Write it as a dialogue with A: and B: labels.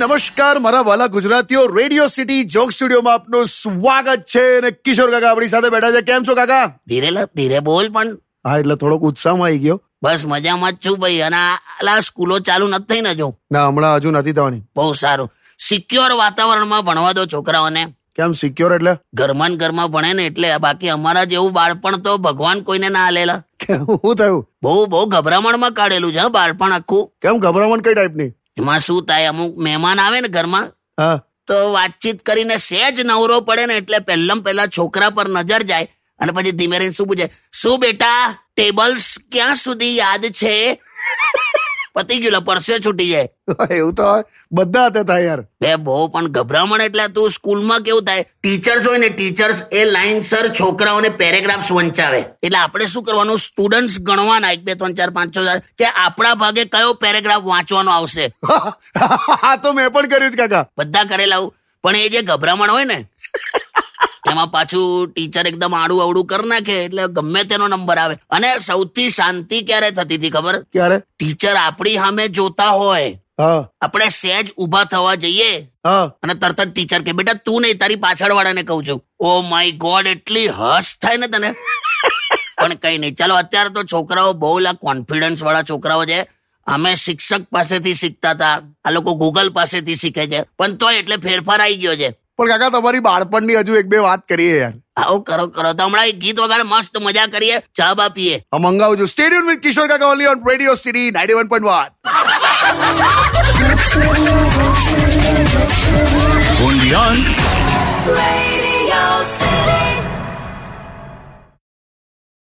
A: નમસ્કાર મારા વાલા ગુજરાતીઓ રેડિયો સિટી જોક સ્ટુડિયોમાં આપનું સ્વાગત છે અને કિશોર કાકા આપણી સાથે બેઠા છે કેમ છો કાકા
B: ધીરે લ- ધીરે બોલ પણ
A: હા એટલે થોડોક ઉત્સાહમાં આવી ગયો
B: બસ મજામાં જ છું ભાઈ અને આ- આલા સ્કૂલો ચાલુ નથી થઈ ને જો
A: ના હમણાં હજુ નથી થવાની
B: બહુ સારું સિક્યોર વાતાવરણમાં ભણવા દો છોકરાઓને
A: કેમ સિક્યોર એટલે
B: ઘરમાં ને ઘરમાં ભણે ને એટલે બાકી અમારા જેવું બાળપણ તો ભગવાન કોઈને ના આલેલા
A: શું થયું
B: બહુ બહુ ગભરામણમાં કાઢેલું છે હં, બાળપણ આખું
A: કેમ ગભરામણ કઈ ટાઈપની
B: એમાં શું થાય અમુક મહેમાન આવે ને ઘરમાં
A: હા
B: તો વાતચીત કરીને સહેજ નવરો પડે ને એટલે પહેલામાં પહેલા છોકરા પર નજર જાય અને પછી ધીમે રહીને શું પૂછે શું બેટા ટેબલ્સ ક્યાં સુધી યાદ છે પતી ગયું લા, પરસે છૂટી જાય
A: એવું તો હવે બધા હાથે થાય યાર
B: બે બહુ પણ ગભરામણ એટલે તું સ્કૂલમાં કેવું થાય ટીચર્સ હોય ને ટીચર્સ એ લાઈન સર છોકરાઓને પેરેગ્રાફ્સ વંચાવે એટલે આપણે શું કરવાનું સ્ટુડન્ટ્સ ગણવાના એક બે ત્રણ ચાર પાંચ છ સાત, કે આપણા ભાગે કયો પેરેગ્રાફ વાંચવાનો આવશે
A: આ તો મેં પણ કર્યું જ કાકા
B: બધા કરેલા આવું. પણ એ જે ગભરામણ હોય ને એમાં પાછું ટીચર એકદમ આડું અવડું કરી નાખે એટલે ગમે તેનો નંબર આવે અને સૌથી શાંતિ ક્યારે થતી હતી ખબર
A: ક્યારે
B: ટીચર આપણી સામે જોતા હોય
A: હા
B: આપણે સહેજ ઊભા થવા જઈએ
A: હા
B: અને તરત જ ટીચર કે બેટા તું નહીં તારી પાછળ વાળાને કહું છું ઓ માય ગોડ એટલી હસ થાય ને તને પણ કઈ નહીં ચાલો અત્યારે તો છોકરાઓ બહુ લા કોન્ફિડન્સ વાળા છોકરાઓ છે અમે શિક્ષક પાસેથી શીખતા હતા આ લોકો ગૂગલ પાસેથી શીખે છે પણ તોય એટલે ફેરફાર આવી ગયો છે
A: પણ કાકા તમારી બાળપણની હજુ એક બે વાત કરીએ યાર
B: આવો કરો કરો તો હમણાં એક ગીત વગાડ મસ્ત મજા કરીએ ચા બા પીએ
A: આ મંગાવજો સ્ટેડિયમ વિથ કિશોર કાકા only on radio city ninety one point one
C: Radio City.